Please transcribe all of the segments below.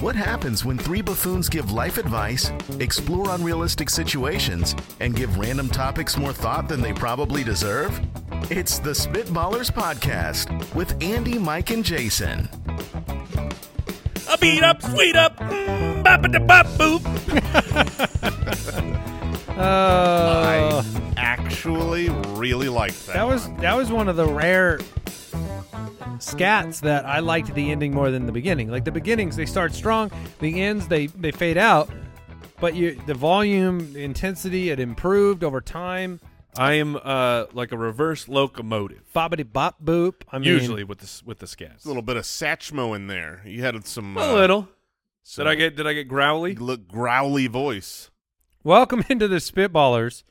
What happens when three buffoons give life advice, explore unrealistic situations, and give random topics more thought than they probably deserve? It's the Spitballers Podcast with Andy, Mike, and Jason. A beat up, sweet up, bop da bop boop. Uh, I actually really liked that. that was that was one of the rare scats that I liked the ending more than the beginning. Like the beginnings, they start strong. The ends, they they fade out. But you, the volume, the intensity, it improved over time. I am uh, like a reverse locomotive, Bobbity bop boop. I mean, usually with the s- with the scats. a little bit of Satchmo in there. You had some a uh, little. some Did I get did I get growly? look growly voice. Welcome into the Spitballers,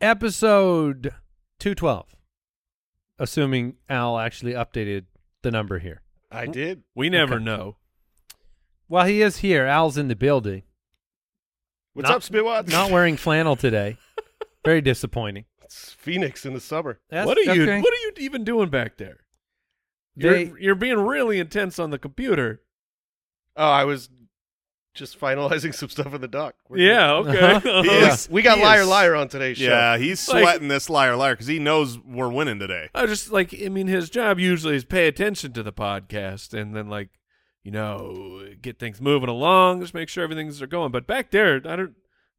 episode two twelve. Assuming Al actually updated the number here. I did. We never Okay. know. Well, he is here. Al's in the building. What's Not- up, Spitwads? Not wearing flannel today. Very disappointing. it's Phoenix in the summer. That's- what are you okay. What are you even doing back there? They- you're, you're being really intense on the computer. Oh, I was just finalizing some stuff in the dock. We're good. Yeah. Okay. He Yeah. is- we got he liar is- liar on today's show. Yeah, he's Like- sweating this liar liar because he knows we're winning today. I just like I mean his job usually is pay attention to the podcast and then like you know get things moving along, just make sure everything's are going. But back there, I don't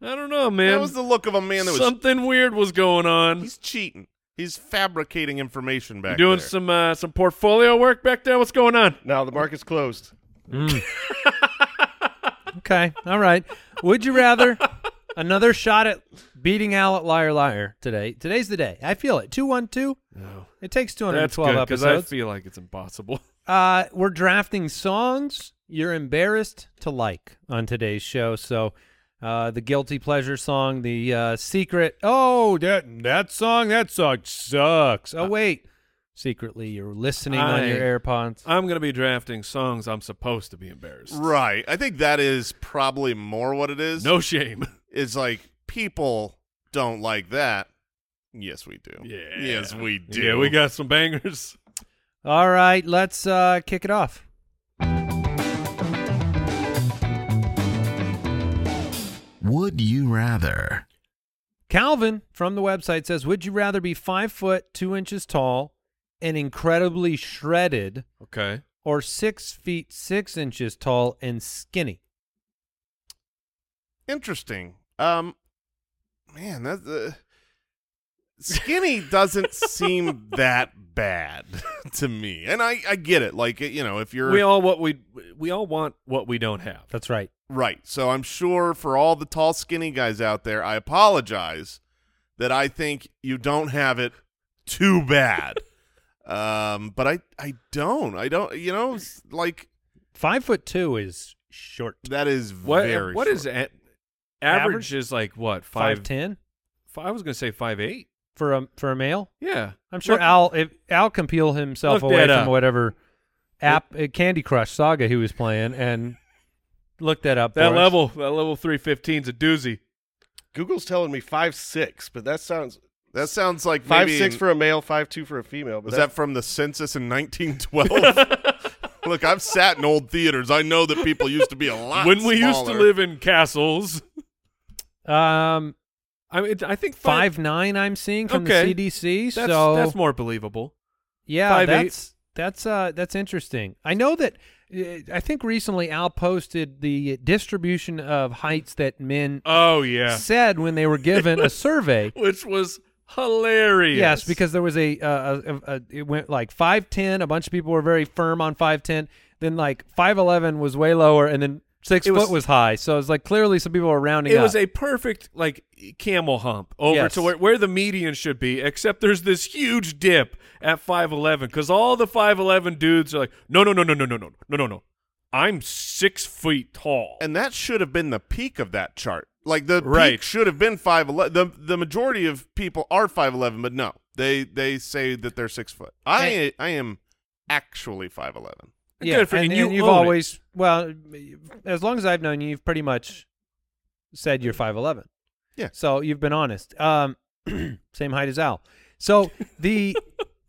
I don't know, man. that was the look of a man that was. Something weird was going on. he's cheating. He's fabricating information You back. doing there. some uh, some portfolio work back there. What's going on? Now the market's closed. Okay. All right. Would you rather another shot at beating Al at Liar Liar today? Today's the day. I feel it. 212. It takes That's 212 good because I episodes. feel like it's impossible. uh, we're drafting songs you're embarrassed to like on today's show. So uh, the Guilty Pleasure song, the uh, secret. Oh, that, that song, that song sucks. Oh, wait. Secretly, you're listening on Uh, I- your AirPods. I'm gonna be drafting songs I'm supposed to be embarrassed. right. I think that is probably more what it is. No shame. it's like people don't like that. Yes, we do. Yeah. Yes, we do. Yeah, we got some bangers. All right, let's uh, kick it off. Would you rather? Calvin from the website says, "Would you rather be five foot two inches tall and incredibly shredded, Okay. or six feet six inches tall and skinny?" Interesting. Um, man, that uh, skinny doesn't seem that bad to me, and I I get it. Like you know, if you're We all what we we all want what we don't have. That's right. right, so I'm sure for all the tall, skinny guys out there, I apologize that I think you don't have it too bad. um, but I I don't. I don't. You know, s- like Five foot two is short. that is What uh, very what short. is a- average is like what five, Five ten fi- I was gonna say five eight. for a for a male. Yeah, I'm sure Look- Al if Al can peel himself Look away that from up. whatever app uh, Candy Crush saga he was playing and look that up. that for us. level that level three fifteen's a doozy. Google's telling me five six, but that sounds That sounds like five maybe six an- for a male, five two for a female. But Was that from the census in 1912? Look, I've sat in old theaters. I know that people used to be a lot. when we used to smaller. live in castles, Um, I mean, I think five nine. I'm seeing from Okay. the CDC. That's so that's more believable. Yeah, Five, eight. that's that's uh that's interesting. I know that uh, I think recently Al posted the distribution of heights that men Oh yeah, said when they were given a survey. which was hilarious. Yes, because there was a, uh, a, a, a it went like five ten. A bunch of people were very firm on five ten. Then like five eleven was way lower, and then six It foot was- was, high. So it's like clearly some people were rounding it up. was a perfect like camel hump over Yes. to where, where the median should be except there's this huge dip at 5'11 because all the 5'11 dudes are like no no no no no no no no no no i'm six feet tall and that should have been the peak of that chart. Like the Right. peak should have been five eleven. The the majority of people are five eleven, but no, they they say that they're six foot. I I am actually five eleven. yeah, good for you, and, and you and you've own it. always well, as long as I've known you, you've pretty much said you're five eleven. Yeah. So you've been honest. Um, same height as Al. So the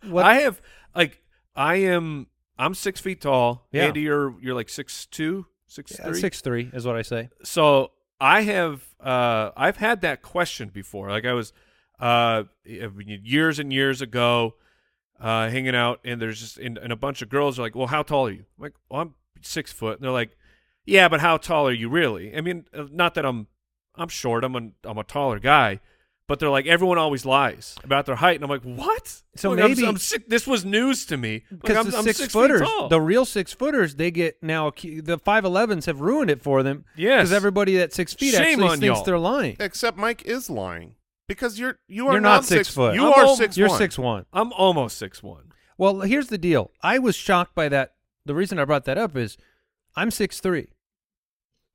what? uh, i have like i am i'm six feet tall Yeah. andy you're you're like six two Six Yeah, three? Six three is what I say. so I have uh, I've had that question before. Like I was uh, I mean, years and years ago uh, hanging out, and there's just and, and a bunch of girls are like, "Well, how tall are you?" I'm like, well, "I'm six foot," and they're like, "Yeah, but how tall are you really?" I mean, uh, not that I'm I'm short. I'm a I'm a taller guy. But they're like everyone always lies about their height, and I'm like, what? So Like, I'm- maybe- I'm, sick. This was news to me Because like, I'm, the I'm six, six feet footers, tall. the real six footers, they get now acu- the five elevens have ruined it for them. Yes. because everybody at six feet Shame actually on thinks y'all. they're lying. Except Mike is lying because you're you are You're not six six, foot. You I'm are old- 6 You're one. six one. I'm almost six one. Well, here's the deal. I was shocked by that. The reason I brought that up is I'm six three.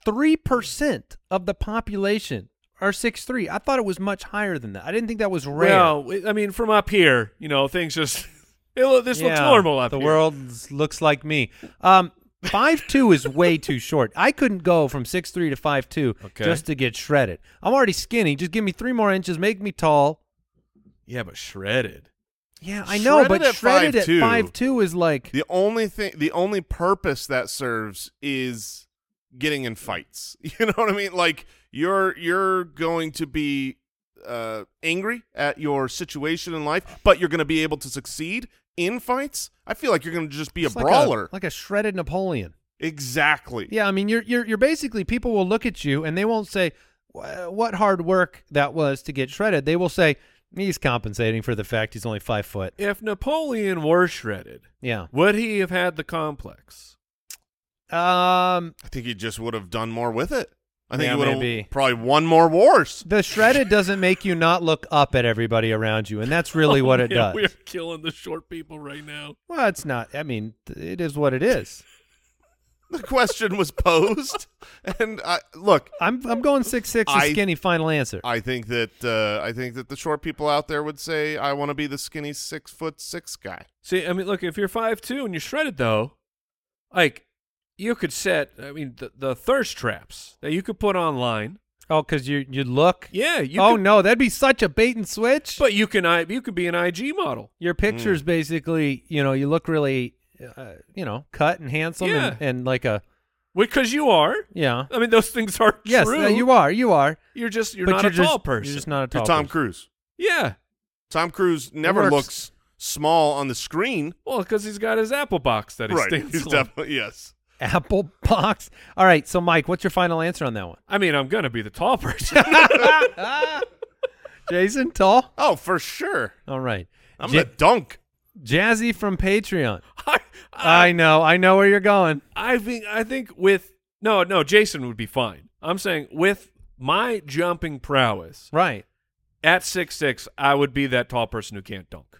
Three percent of the population are six three. I thought it was much higher than that. I didn't think that was rare. Well, I mean, from up here, you know, things just it, lo- this looks Yeah, normal up the here. world looks like me. Um, five two is way too short. I couldn't go from six three to five two Okay. just to get shredded. I'm already skinny. Just give me three more inches, make me tall. Yeah, but shredded. Yeah, I know, Shredded but at shredded at 5'2" five two is like The only thing, the only purpose that serves is getting in fights. You know what I mean? Like you're you're going to be uh, angry at your situation in life, but you're going to be able to succeed in fights. I feel like you're going to just be it's a like brawler. like a shredded Napoleon. exactly. Yeah, I mean, you're you're you're basically people will look at you and they won't say "Wha- what hard work that was to get shredded. They will say he's compensating for the fact he's only five foot. If Napoleon were shredded, Yeah. would he have had the complex? Um, I think he just would have done more with it. I think Yeah, he would maybe. have probably won more wars. the shredded doesn't make you not look up at everybody around you, and that's really what it Oh, Yeah, does. We're killing the short people right now. Well, it's not. I mean, th- it is what it is. The question was posed, and I, look, I'm I'm going six six. I- skinny final answer. I think that uh, I think that the short people out there would say, "I want to be the skinny six foot six guy." See, I mean, look, if you're five two and you're shredded though, like you could set. I mean, the, the thirst traps that you could put online. oh, because you you look. Yeah, you. oh could, no, that'd be such a bait and switch. But Hmm. you can. I you could be an IG model. your pictures basically, you know, you look really, uh, you know, cut and handsome Yeah. and, and like a Because you are. yeah. I mean, those things are Yes, true. uh, you are. You are. You're just you're but not you're a just, tall person. You're just not a tall. You're Tom person. Cruise. yeah. Tom Cruise never works. looks small on the screen. Well, because he's got his Apple box that he stands He's on. definitely yes. Apple box. All right. So, Mike, what's your final answer on that one? I mean, I'm gonna be the tall person. Jason, tall. Oh, for sure. All right. I'm Ja- gonna dunk. Jazzy from Patreon. I, Ah. I know. I know where you're going. I think I think with no no Jason would be fine. I'm saying with my jumping prowess Right. at six six, I would be that tall person who can't dunk,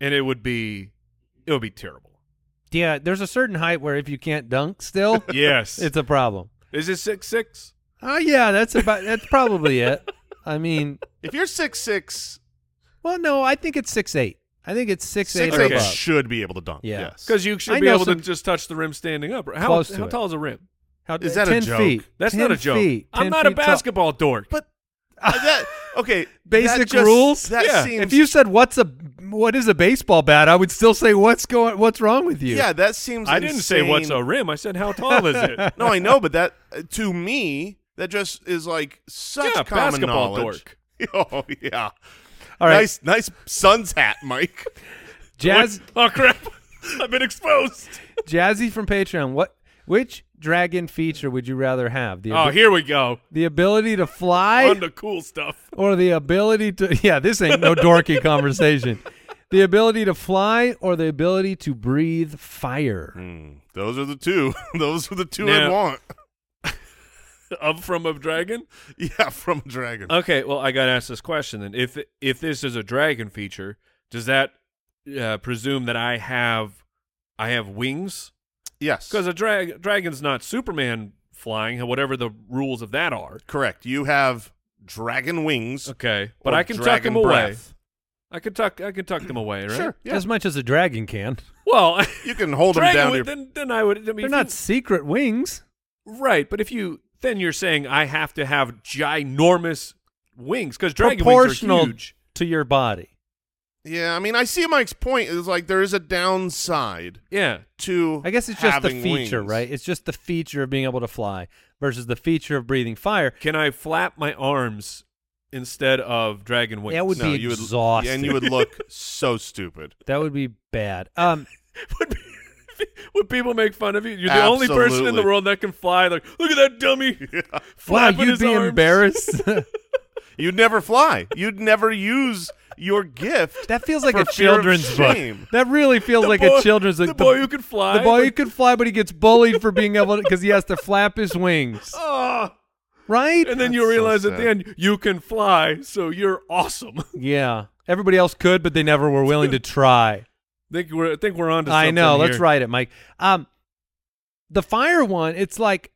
and it would be it would be terrible. Yeah. There's a certain height where if you can't dunk, still, Yes, it's a problem. is it six six? Oh yeah, that's about. That's probably it. I mean, If you're six six, well, no, I think it's six eight. I think it's six, six eight or eight above. should be able to dunk. Yeah. Yes. Because you I should be know able some- to just touch the rim standing up. How, Close to how it. tall is a rim? How, Is that a 10 joke? Feet. That's 10 not a joke. Feet, I'm 10 not a feet tall. basketball dork. but uh, that okay. that Basic just- rules? That Yeah. seems If you said what's a what is a baseball bat, I would still say what's going what's wrong with you. yeah, that seems. I didn't say what's insane. a rim. I said how tall is it? No, I know, but that uh, to me that just is like such yeah, common basketball knowledge. dork. Oh yeah. All right, Nice nice Suns hat, Mike. Jazz Oh crap! I've been exposed. Jazzy from Patreon. What which dragon feature would you rather have? The Oh, abi- here we go. the ability to fly On the cool stuff. or the ability to Yeah, this ain't no dorky conversation. The ability to fly or the ability to breathe fire. Hmm. Those are the two. Those are the two Now- I'd want. Up from a dragon. Yeah, from a dragon. Uh, Okay, well, I got asked this question then. If if this is a dragon feature, does that uh, presume that I have I have wings? yes. Because a drag dragon's not Superman flying, whatever the rules of that are. Correct. You have dragon wings. Okay, but or I can tuck dragon them away. breath. I can tuck I can tuck them away, right? Sure. Yeah. As much as a dragon can. Well, You can hold them dragon down. to would- Your, then then I would. I mean, They're if not you- secret wings. Right, but if you then you're saying I have to have ginormous wings because dragon wings are proportional huge. to your body. Yeah, I mean, I see Mike's point. Is like there is a downside Yeah. to. I guess it's just the having feature, wings. right? It's just the feature of being able to fly versus the feature of breathing fire. Can I flap my arms instead of dragon wings? That would No, be you would- exhausting. and you would look so stupid. that would be bad. Um, would, be- would people make fun of you? You're the only person in the Absolutely. world that can fly. Like, look at that dummy. wow, flapping you'd his be arms." embarrassed. You'd never fly. You'd never use your gift. that feels like For a fear of children's book. shame. That really feels like boy- a children's The, like boy who can fly. the boy who like, can fly, but he gets bullied for being able to because he has to flap his wings, "Ah." right? and then so you realize at the sad. end you can fly, so you're awesome. I yeah, everybody else could, but they never were willing to try. think we're I think we're on to something. I know. Let's here. write it, Mike. Um, the fire one, it's like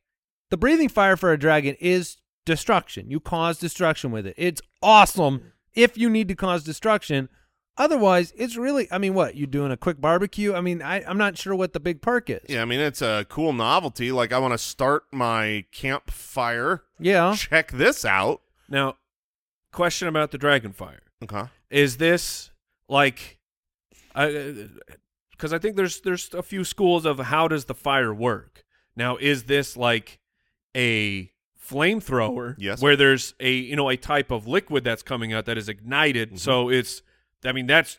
the breathing fire for a dragon is destruction. You cause destruction with it. It's awesome if you need to cause destruction. Otherwise, it's really. I mean, what you doing a quick barbecue? I mean, I, I'm not sure what the big perk is. Yeah, I mean, it's a cool novelty. Like, I want to start my campfire. Yeah. Check this out. Now, question about the dragon fire. Okay. is this like I because I think there's there's a few schools of how does the fire work. Now is this like a flamethrower Yes. where there's a you know a type of liquid that's coming out that is ignited so it's I mean that's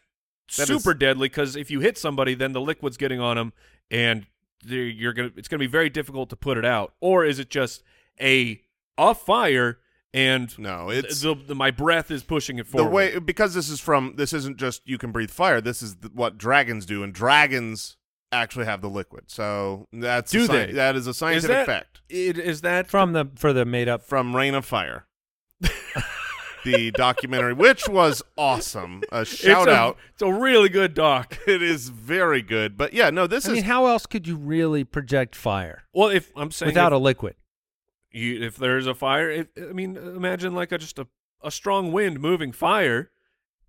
Mm-hmm. That super is- deadly cuz if you hit somebody then the liquid's getting on them and they're- you're going to it's going to be very difficult to put it out or is it just a a fire and No, it's the, the, my breath is pushing it the forward way because this is from this isn't just you can breathe fire. This is th- what dragons do, and dragons actually have the liquid. So that's a Do sci- they? That is a Is scientific that- fact It, is that From the for the made up. from Rain of Fire, the documentary, which was awesome. A shout it's a, out. It's a really good doc. It is very good, but yeah, no, this I is mean, how else could you really project fire Well, if I'm saying without a if, liquid? you, if there's a fire, if, I mean, imagine like a, just a, a strong wind moving fire.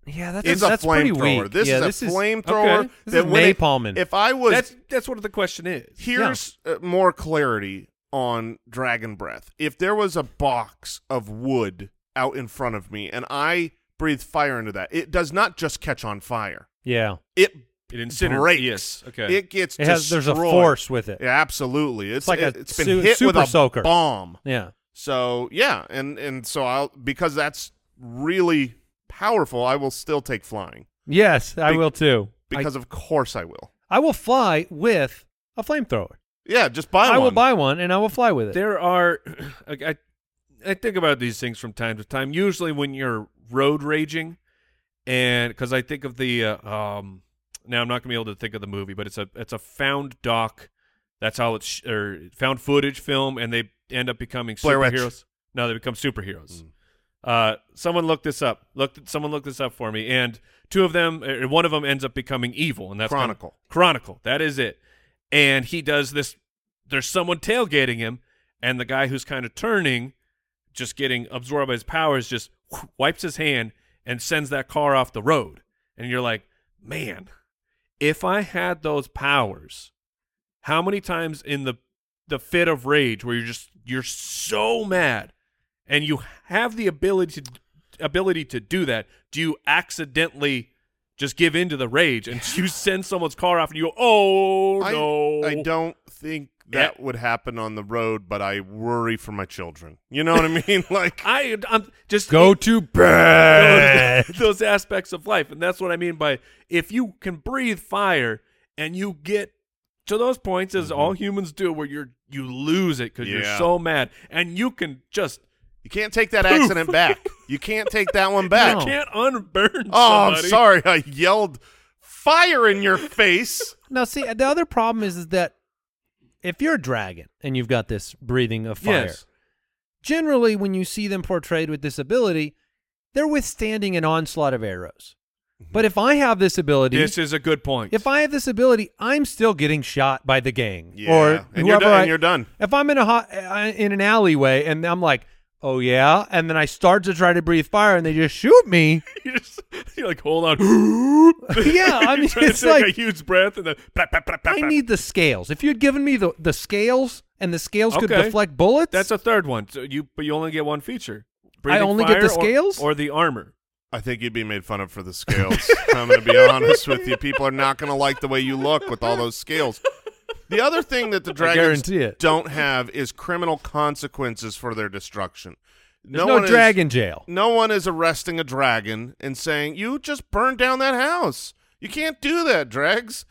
Yeah, that's it's a that's pretty flamethrower. weak. This yeah, is this a flamethrower. okay. This that is when it- napalming. If I was That's that's what the question is. Here's uh, more clarity on dragon breath. If there was a box of wood out in front of me and I breathe fire into that, it does not just catch on fire. yeah, It It incinerates. breaks. Yes. Okay. It gets it has. There's a destroyed. force with it. Yeah, absolutely. It's, like a it, has been su- hit with super a soaker. bomb. yeah. So yeah, and and so I'll because that's really powerful. I will still take flying Yes, I Be- will too. I, because of course I will. I will fly with a flamethrower. Yeah, just buy I one. will buy one and I will fly with it. there are. I, I I think about these things from time to time. Usually when you're road raging, and because I think of the uh, um. Now I'm not gonna be able to think of the movie, but it's a it's a found doc. That's how it's sh- or found footage film, and they end up becoming Blair Witch. superheroes. No, they become superheroes. Uh, someone looked this up. Looked someone looked this up for me, and two of them, uh, one of them ends up becoming evil, and that's kind of- Chronicle. Chronicle, that is it. And he does this. There's someone tailgating him, and the guy who's kind of turning, just getting absorbed by his powers, just wipes his hand and sends that car off the road. And you're like, man, if I had those powers, how many times in the the fit of rage where you're just you're so mad and you have the ability to ability to do that do you accidentally just give in to the rage and you send someone's car off and you go oh I, no I don't think Yeah. that would happen on the road, but I worry for my children. You know what I mean? Like, I am just Go to bed. those, those aspects of life and that's what I mean by if you can breathe fire and you get to those points as all humans do where you're you lose it cuz you're Yeah. so mad and you can just you can't take that accident back. You can't take that one back. No. you can't unburn Oh, I'm somebody. sorry. I yelled fire in your face. now, see, the other problem is, is that if you're a dragon and you've got this breathing of fire, Yes. generally when you see them portrayed with this ability, they're withstanding an onslaught of arrows. Mm-hmm. But if I have this ability, This is a good point. if I have this ability, I'm still getting shot by the gang Yeah. or whoever. and, you're done, I, and you're done. If I'm in a hot, uh, in an alleyway and I'm like, oh yeah, and then I start to try to breathe fire and they just shoot me. you just you're like hold on. Yeah, I You're trying mean, to it's take like- a huge breath and then blah, blah, blah, blah, I blah. need the scales. If you'd given me the, the scales and the scales could Okay. deflect bullets, That's a third one. So you but you only get one feature. I only get fire the or- scales? or, the armor. I think you'd be made fun of for the scales. I'm going to be honest with you. People are not going to like the way you look with all those scales. The other thing that the dragons guarantee it. don't have is criminal consequences for their destruction. There's no, one is- dragon jail. no one is arresting a dragon and saying, "You just burned down that house. You can't do that, drags."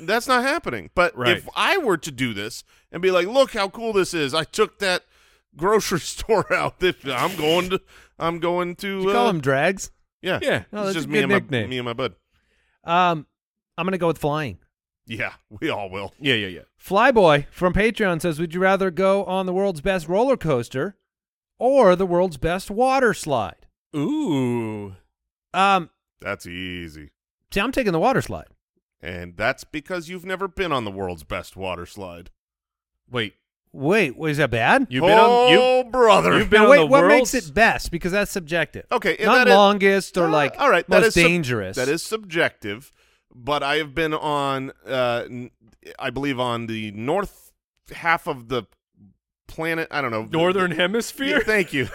That's not happening. But Right. if I were to do this and be like, "Look how cool this is. I took that grocery store out. That I'm going to I'm going to You uh, call them drags. Yeah. Yeah. No, it's that's just a me good and my nickname. me and my bud. Um, I'm gonna go with flying. Yeah, we all will. Yeah, yeah, yeah. Flyboy from Patreon says, "Would you rather go on the world's best roller coaster or the world's best water slide?" Ooh. Um, That's easy. see, I'm taking the water slide. And that's because you've never been on the world's best water slide. Wait. Wait, was that bad? You've been on you oh, brother. you've been now, on wait, the what world's- makes it best? Because that's subjective. Okay, and not that is- longest or Uh, like all right, that most is sub- dangerous. that is subjective, but I have been on, uh, n- I believe, on the north half of the planet. I don't know Northern Yeah, Hemisphere? thank you.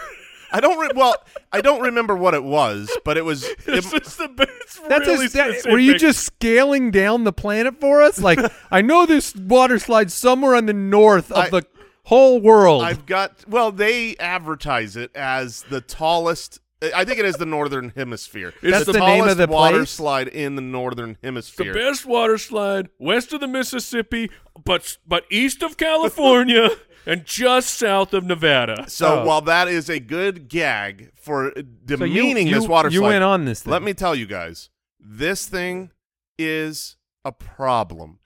I don't. Re- well, I don't remember what it was, but it was. It's it- just the best. That's really a, that, were you specific. just scaling down the planet for us? Like I know this water slide somewhere on the north of I- the whole world. I've got. Well, they advertise it as the tallest. I think it is the northern hemisphere. That's the, the tallest name of the water place? slide in the northern the hemisphere. best water slide west of the Mississippi, but but east of California and just south of Nevada. So Oh. while that is a good gag for so demeaning you- this you- water You slide, went on this thing. Let me tell you guys, this thing is a problem.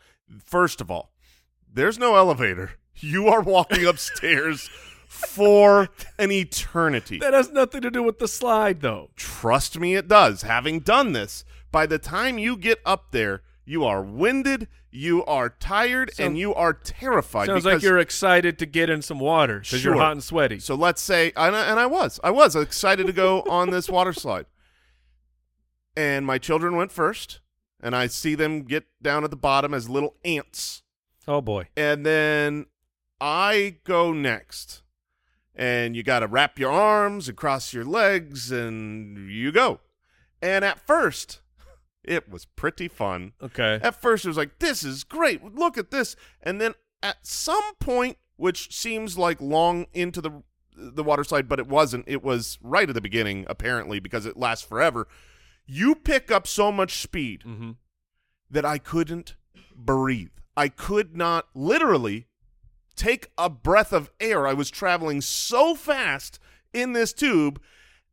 First of all, there's no elevator. You are walking upstairs for an eternity. That has nothing to do with the slide, though. Trust me, it does. Having done this, by the time you get up there, you are winded, you are tired, and you are terrified. Sounds like because- you're excited to get in some water because you're Sure. hot and sweaty. So let's say, and I, and I was, I was excited to go on this water slide. And my children went first, and I see them get down at the bottom as little ants. Oh boy. And then I go next. And you got to wrap your arms across your legs, and you go. And at first, it was pretty fun. okay. At first, it was like, this is great. Look at this. And then at some point, which seems like long into the the water slide, but it wasn't. It was right at the beginning, apparently, because it lasts forever. You pick up so much speed Mm-hmm. that I couldn't breathe. I could not literally take a breath of air. I was traveling so fast in this tube,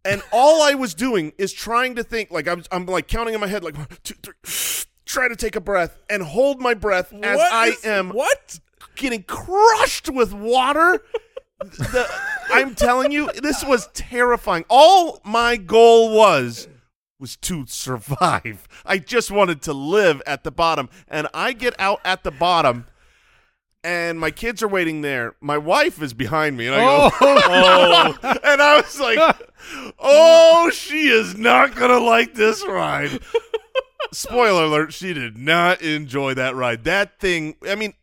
and all I was doing is trying to think. Like I'm, I'm like counting in my head, like one, two, three. Try to take a breath and hold my breath as I am What? getting crushed with water. The- I'm telling you, this was terrifying. All my goal was was to survive. I just wanted to live at the bottom, and I get out at the bottom, and my kids are waiting there. My wife is behind me, and I go, Oh, and I was like, "Oh, she is not gonna like this ride." Spoiler alert: She did not enjoy that ride. That thing. I mean,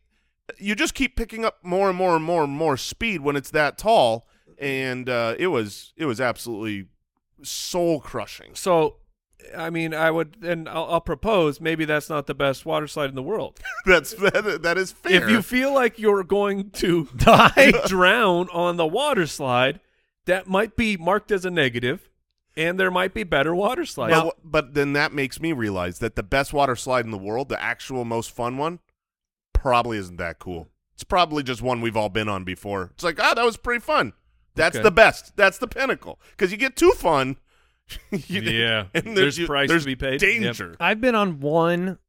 you just keep picking up more and more and more and more speed when it's that tall, and uh, it was it was absolutely soul crushing. so I mean, I would, and I'll, I'll propose maybe that's not the best water slide in the world. That's that, that is fair. If you feel like you're going to Die. drown on the water slide, that might be marked as a negative, and there might be better water but, slides. wh- but then that makes me realize that the best water slide in the world, the actual most fun one, probably isn't that cool. It's probably just one we've all been on before. It's like, ah, that was pretty fun. That's Okay. the best. That's the pinnacle. Because you get too fun. you- Yeah. and There's there's, you- price to there's be paid. Yep. Danger. I've been on one,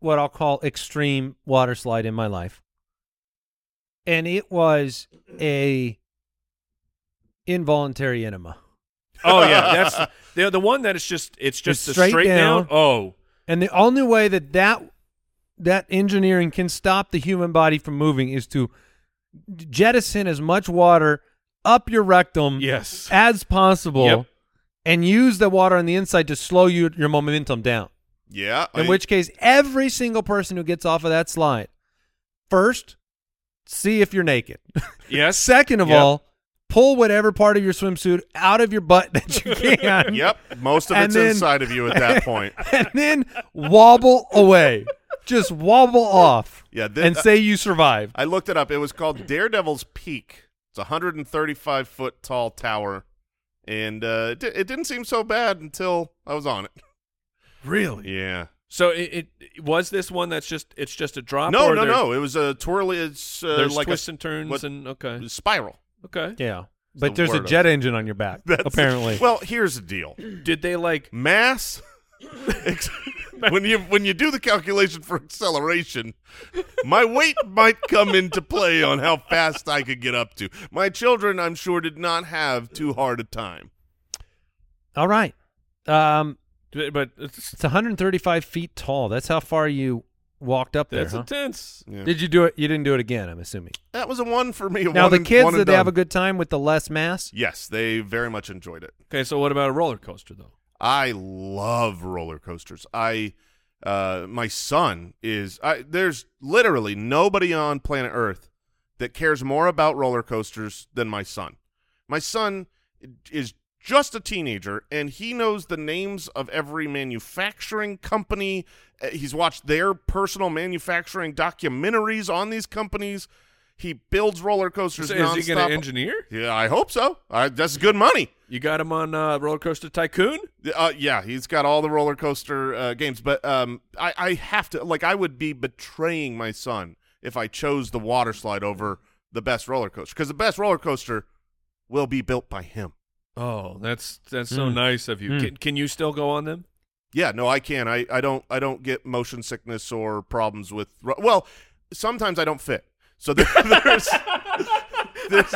what I'll call extreme water slide in my life, and it was a involuntary enema. Oh yeah, that's the the one that is just it's just It's the straight, straight down. down. Oh, And the only way that that that engineering can stop the human body from moving is to jettison as much water up your rectum yes. as possible, Yep. and use the water on the inside to slow you, your momentum down. Yeah. In I- which case, every single person who gets off of that slide, first, see if you're naked. Yes. Second of Yep. all, pull whatever part of your swimsuit out of your butt that you can. Yep, most of And it's then- inside of you at that point. And then wobble away. Just wobble off. Yeah, thi- and say you survived. I looked it up. It was called Daredevil's Peak. It's a 135 foot tall tower, and uh, it, di- it didn't seem so bad until I was on it. Really? Yeah. So it, it was this one that's just it's just a drop. No, or no, there- no. It was a twirly. It's uh, There's like a twists and turns what- and okay, spiral. okay. Yeah. the But there's a word of- jet engine on your back, apparently. Well, here's the deal. Did they like? Mass. when you when you do the calculation for acceleration, my weight might come into play on how fast I could get up to. My children, I'm sure, did not have too hard a time. All right. Um, did- But it's, it's 135 feet tall. That's how far you walked up there. that's huh? intense. Did you do it? You didn't do it again, I'm assuming. That was a one for me. a Now one the and- kids one and did they have a done. good time with the less mass? Yes, they very much enjoyed it. Okay, so what about a roller coaster though? I love roller coasters. I uh my son is I there's literally nobody on planet Earth that cares more about roller coasters than my son. My son is just a teenager and he knows the names of every manufacturing company. Uh, He's watched their personal manufacturing documentaries on these companies. He builds roller coasters So is he nonstop. going to engineer? Yeah, I hope so. I, that's good money. You got him on uh, Roller Coaster Tycoon? Uh, yeah, he's got all the roller coaster uh, games, but um, I, I have to like I would be betraying my son if I chose the water slide over the best roller coaster because the best roller coaster will be built by him. Oh, that's that's so Mm. nice of you. Mm. Can, can you still go on them? Yeah, no, I can. I, I don't I don't get motion sickness or problems with. ro- Well, sometimes I don't fit. So there, there's, there's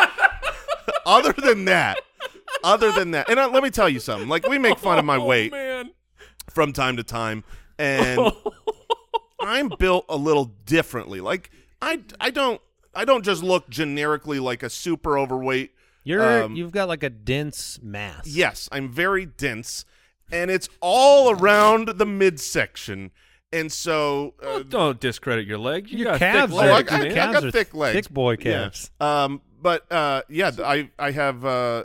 other than that, other than that, and uh, let me tell you something. Like we make fun of my Oh, weight. man. from time to time and I'm built a little differently. Like I I don't I don't just look generically like a super overweight. You're Um, you've got like a dense mass. Yes, I'm very dense and it's all around the midsection. And so uh, Well, don't discredit your leg. You got Your calves thick are- legs, Oh, I- I- man. got calves are thick legs. Thick boy Yeah. calves. Um, but uh, yeah, th- I I have uh,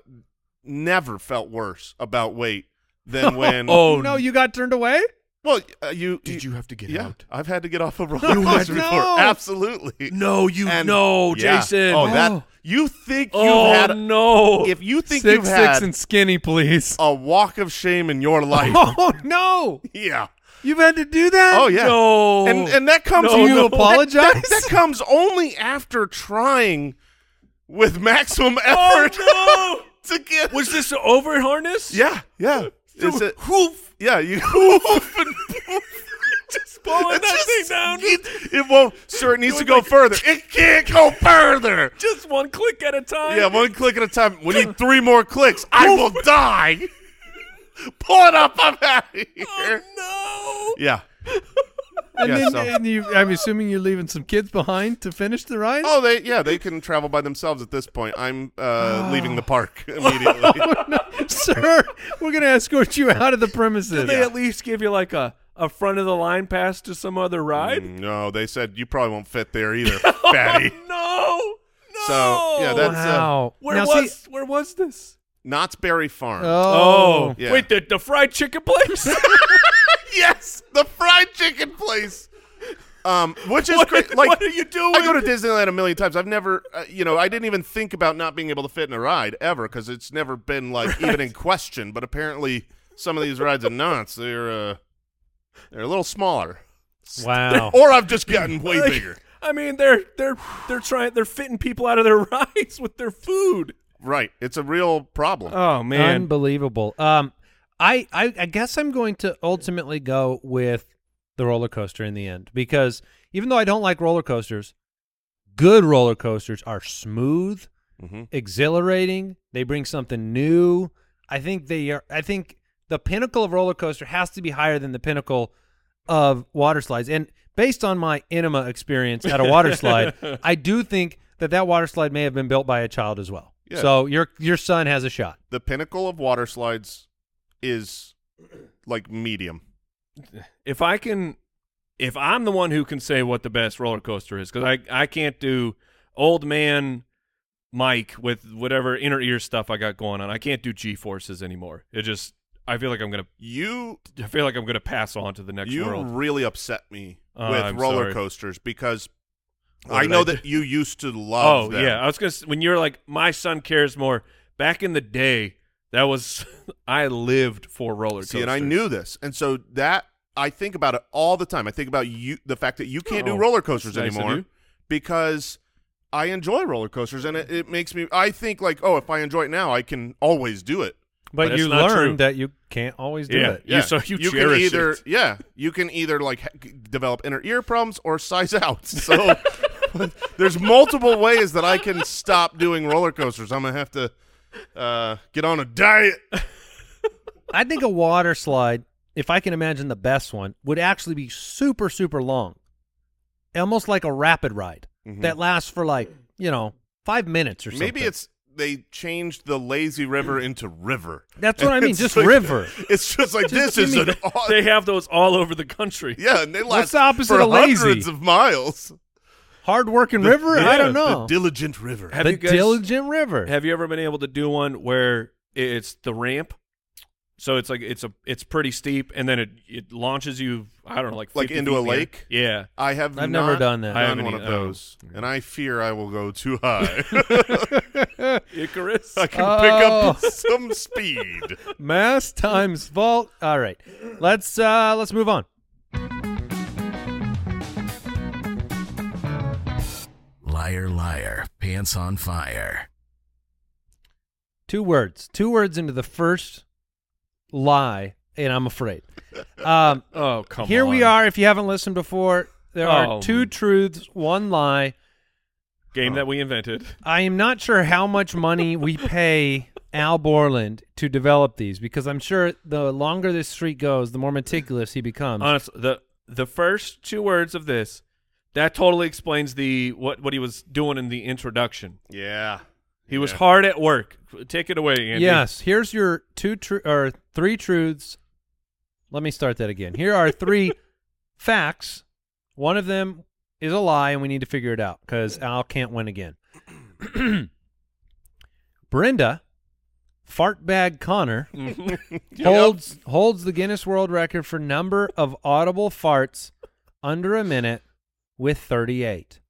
never felt worse about weight than when Oh, no, you got turned away. well uh, you Did you have to get yeah, out? I've had to get off a roller You had- coaster before. No. Absolutely. No, you And- no, Yeah. Jason. Oh, Oh. that you think you've Oh, had no. if you think six you've six had and skinny, please. a walk of shame in your life. Oh no, Yeah. you've had to do that. Oh yeah. No. And and that comes Do you that- apologize? That, that comes only after trying with maximum effort oh to get no! Was this an over harness? Yeah, yeah. It's a, Hoof. yeah, you hoof and poof. Just pulling it that thing down. It, it won't sir, it needs to Doing go like- further. It can't go further. Just one click at a time. Yeah, one click at a time. We need three more clicks. I will die. Pull it up. I'm out of here. Oh no. Yeah. and yeah, then so- and you, I'm assuming you're leaving some kids behind to finish the ride. Oh, they yeah they can travel by themselves at this point. I'm uh, leaving the park immediately. Sir, we're gonna escort you out of the premises. They at least give you like a a front of the line pass to some other ride. no, they said you probably won't fit there either, fatty. No. No. So, yeah, that's- Wow. Where Now, see- was where was this? Knott's Berry Farm. oh. Yeah. wait, the the fried chicken place. yes, the fried chicken place. Um, which is What- cra- like what are you doing? I go to Disneyland a million times. I've never, uh, you know, I didn't even think about not being able to fit in a ride ever because it's never been like even in question. But apparently, some of these rides in Knott's they're uh, they're a little smaller, Wow. or I've just gotten way Like, bigger. I mean, they're they're they're trying they're fitting people out of their rides with their food. Right, it's a real problem. Oh Unbelievable. Um, I, I I guess I'm going to ultimately go with the roller coaster in the end because even though I don't like roller coasters, good roller coasters are smooth, Mhm. exhilarating. They bring something new. I think they are. I think the pinnacle of roller coaster has to be higher than the pinnacle of water slides. And based on my enema experience at a water slide, I do think that that water slide may have been built by a child as well. Yeah. So your your son has a shot. The pinnacle of water slides is like medium. if I can, if I'm the one who can say what the best roller coaster is, because I I can't do old man mic with whatever inner ear stuff I got going on. I can't do G forces anymore. It just I feel like I'm gonna You I feel like I'm gonna pass on to the next you world. really upset me Uh, with I'm roller sorry. coasters because What I did know I do? that you used to love Oh them. yeah, I was gonna s- when you're like my son cares more. Back in the day, that was I lived for roller coasters. See, and I knew this, and so that I think about it all the time. I think about you, the fact that you can't Oh, do roller coasters that's nice of anymore you. because I enjoy roller coasters, and it, it makes me. I think like, oh, if I enjoy it now, I can always do it. But, But you it's not true. learned that you can't always do Yeah. it. You- so you can cherish either it. yeah, you can either like ha- develop inner ear problems or size out. So there's multiple ways that I can stop doing roller coasters. I'm gonna have to uh, get on a diet. I think a water slide, if I can imagine the best one, would actually be super, super long. Almost like a rapid ride Mm-hmm. that lasts for like, you know, five minutes or something. Maybe it's they changed the lazy river into river. That's what I mean, It's just like- river. It's just like Just this is give me an aw- they have those all over the country. yeah, and they last the opposite for of lazy? hundreds of miles. hard working river. yeah, I don't the know. The diligent river. Have The you guys, diligent river. Have you ever been able to do one where it's the ramp? So it's like it's a it's pretty steep, and then it it launches you. I don't know, like Like 50 into feet a in the air. lake? Yeah, I have I've not never done that. I haven't one of either. those, and I fear I will go too high. Icarus. I can pick up Oh. some speed. Mass times vault. All right, let's uh let's move on. Liar, liar, pants on fire. Two words. Two words into the first lie, and I'm afraid. Um, oh come here on! we are. If you haven't listened before, there Oh. are two truths, one lie. Game that we invented. I am not sure how much money we pay Al Borland to develop these because I'm sure the longer this streak goes, the more meticulous he becomes. Honestly, the the first two words of this that totally explains the what what he was doing in the introduction. Yeah. He was hard at work. Take it away, Andy. Yes, here's your two tru- or three truths. Let me start that again. Here are three facts. One of them is a lie, and we need to figure it out because Al can't win again. Brenda, fartbag Connor, holds holds the Guinness World Record for number of audible farts under a minute with 38.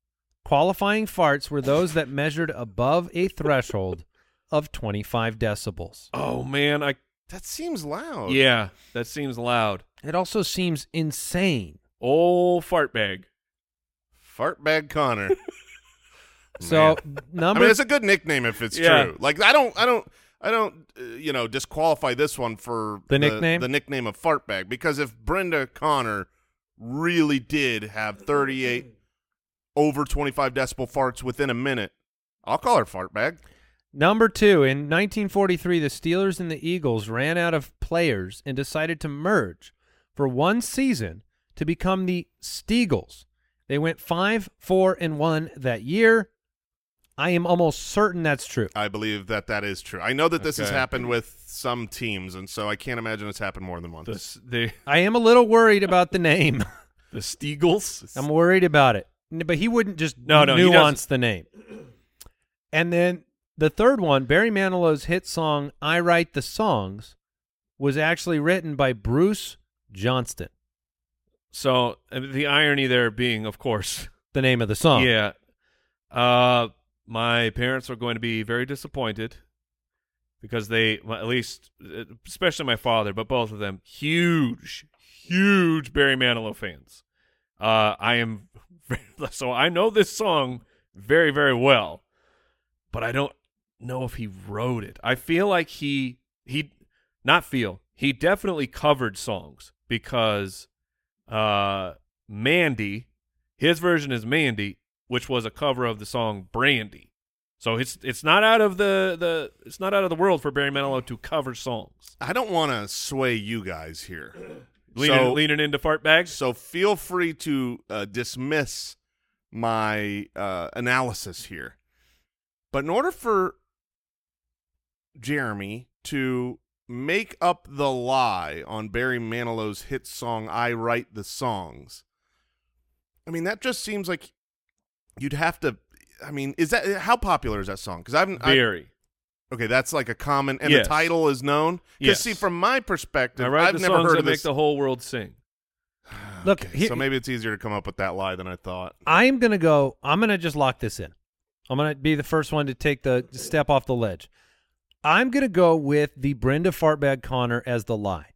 Qualifying farts were those that measured above a threshold of 25 decibels. Oh man, I That seems loud. yeah, that seems loud. It also seems insane. Old fart bag. Fartbag Connor. So I number mean, it's a good nickname if it's Yeah. true. Like I don't I don't I don't uh, you know disqualify this one for The nickname? the nickname of fartbag because if Brenda Connor really did have 38 over 25 decibel farts within a minute, I'll call her fartbag. number 2 in 1943 the Steelers and the Eagles ran out of players and decided to merge for one season to become the Steagles. They went 5 4 and 1 that year. I am almost certain that's true. I believe that that is true. I know that this has Okay. happened with some teams and so I can't imagine it's happened more than once. The s- the I am a little worried about the name. the Steagles. I'm worried about it. N- But he wouldn't just No, no, he nuance the name. And then the third one, Barry Manilow's hit song "I Write the Songs" was actually written by Bruce Johnston. So I mean, the irony there being, of course, The name of the song. yeah. Uh, my parents are going to be very disappointed because they, well, at least, uh, especially my father, but both of them, huge, huge Barry Manilow fans. Uh, I am, so I know this song very, very well, but I don't know if he wrote it. I feel like he he, not feel he definitely covered songs because, uh, Mandy, his version is Mandy, which was a cover of the song Brandy. So it's it's not out of the, the it's not out of the world for Barry Manilow to cover songs. I don't want to sway you guys here. Leaning, So- leaning into fart bags. So feel free to uh, dismiss my uh, analysis here. But in order for Jeremy to make up the lie on Barry Manilow's hit song, I Write the Songs, I mean, that just seems like you'd have to I mean, is that how popular is that song? Because I've I, Very. okay, that's like a common, and Yes. the title is known. Because Yes. see, from my perspective, I write I've the never songs heard that of make this. the whole world sing. Look, Okay, he- so maybe it's easier to come up with that lie than I thought. I'm gonna go. I'm gonna just lock this in. I'm gonna be the first one to take the step off the ledge. I'm gonna go with the Brenda Fartbag Connor as the lie.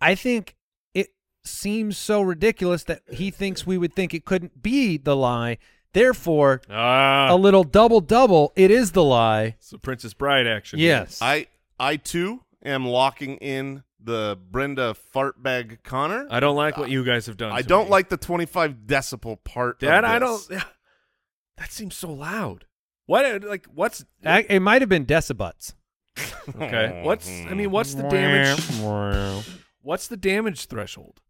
I think it seems so ridiculous that he thinks we would think it couldn't be the lie. Therefore, Ah, Uh, a little double double. It is the lie. it's the Princess Bride action. Yes. I I too am locking in the Brenda Fartbag Connor. I don't like what you guys have done. I to don't me. like the 25 decibel part. that. of I this. don't. That seems so loud. What? uh, Like, what's I, it might have been decibutts. okay? What's? I mean, what's the damage? What's the damage threshold?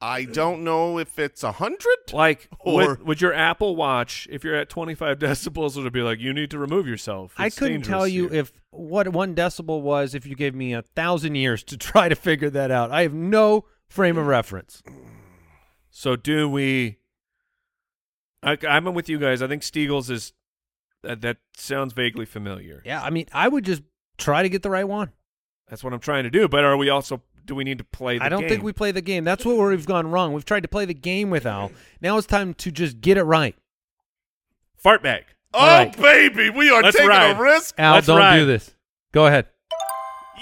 I don't know if it's a hundred. Like, Or- would, would your Apple Watch, if you're at 25 decibels, would it be like you need to remove yourself? I It's couldn't tell dangerous you here." if what one decibel was if you gave me a thousand years to try to figure that out. I have no frame of reference. So do we? I, I'm with you guys. I think Steagles is. That, that sounds vaguely familiar. Yeah, I mean, I would just try to get the right one. That's what I'm trying to do. But are we also? Do we need to play? The I don't game? think we play the game. That's what we've gone wrong. We've tried to play the game with Al. Now it's time to just get it right. fart back. Oh right. baby, we are Let's taking ride. a risk. Al, Let's don't ride. do this. Go ahead.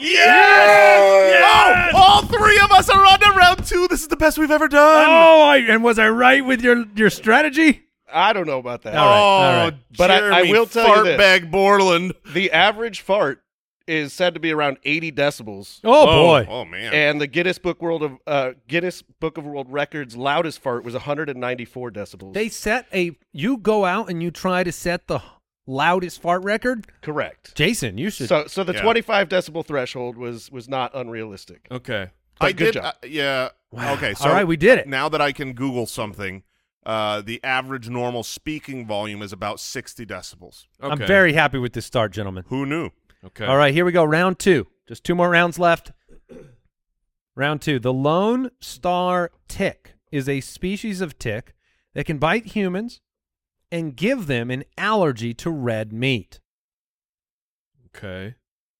Yes! yes! Oh, all three of us are on to round two. This is the best we've ever done. Oh, I, and was I right with your your strategy? I don't know about that. All right. Oh, But I- I Jeremy will tell you this. Fartbag Borland. The average fart is said to be around 80 decibels. Oh boy. Oh man. And the Guinness Book World of uh, Guinness Book of World Records loudest fart was 194 decibels. They set a you go out and you try to set the loudest fart record. correct. Jason, you should So so the Yeah. 25 decibel threshold was was not unrealistic. Okay. But I good did. job. uh, yeah. Wow. Okay. So All right, we did it. Now that I can Google something, uh, the average normal speaking volume is about sixty decibels. Okay. I'm very happy with this start, gentlemen. Who knew? okay. All right, here we go. Round two. Just two more rounds left. Round two. The lone star tick is a species of tick that can bite humans and give them an allergy to red meat. Okay.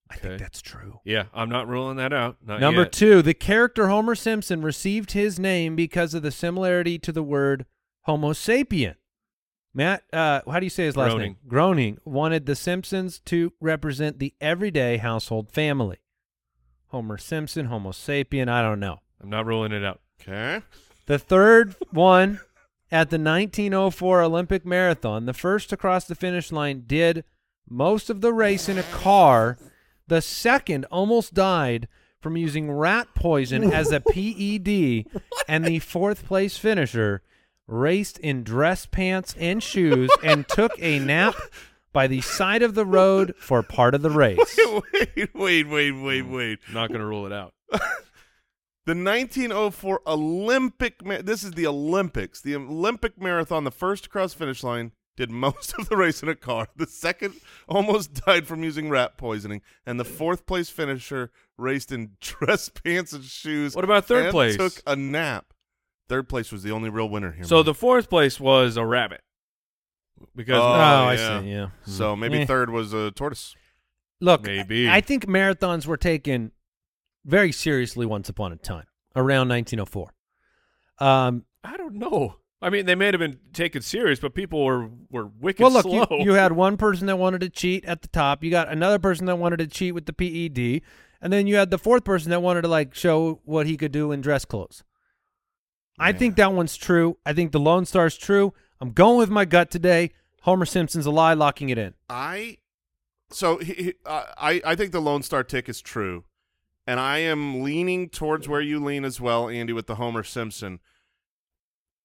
I think Okay. that's true. Yeah, I'm not ruling that out. Not Number yet. two. The character Homer Simpson received his name because of the similarity to the word Homo sapien. Matt, uh, how do you say his last name? Groening wanted the Simpsons to represent the everyday household family. Homer Simpson, Homo sapien, I don't know. I'm not ruling it out. Okay. The third one at the 1904 Olympic Marathon, the first to cross the finish line, did most of the race in a car. The second almost died from using rat poison as a PED. And the fourth place finisher raced in dress pants and shoes and took a nap by the side of the road for part of the race. Oh, wait, wait, wait, wait, Hmm. wait. Not going to rule it out. The 1904 Olympic. Ma- this is the Olympics. The Olympic marathon, the first to cross finish line, did most of the race in a car. The second almost died from using rat poisoning, and the fourth place finisher raced in dress pants and shoes. What about third and place? Took a nap. Third place was the only real winner here. So man. the fourth place was a rabbit. Because Oh, I yeah. see. Yeah. so maybe Eh. third was a tortoise. Look, Maybe. I think marathons were taken very seriously once upon a time, around 1904. Um, I don't know. I mean, they may have been taken serious, but people were were wicked well, look, you, slow. you had one person that wanted to cheat at the top. You got another person that wanted to cheat with the PED, and then you had the fourth person that wanted to like show what he could do in dress clothes. I Yeah. think that one's true. I think the Lone Star's true. I'm going with my gut today. Homer Simpson's a lie, locking it in. I so he, he, I I think the Lone Star tick is true, and I am leaning towards where you lean as well, Andy, with the Homer Simpson.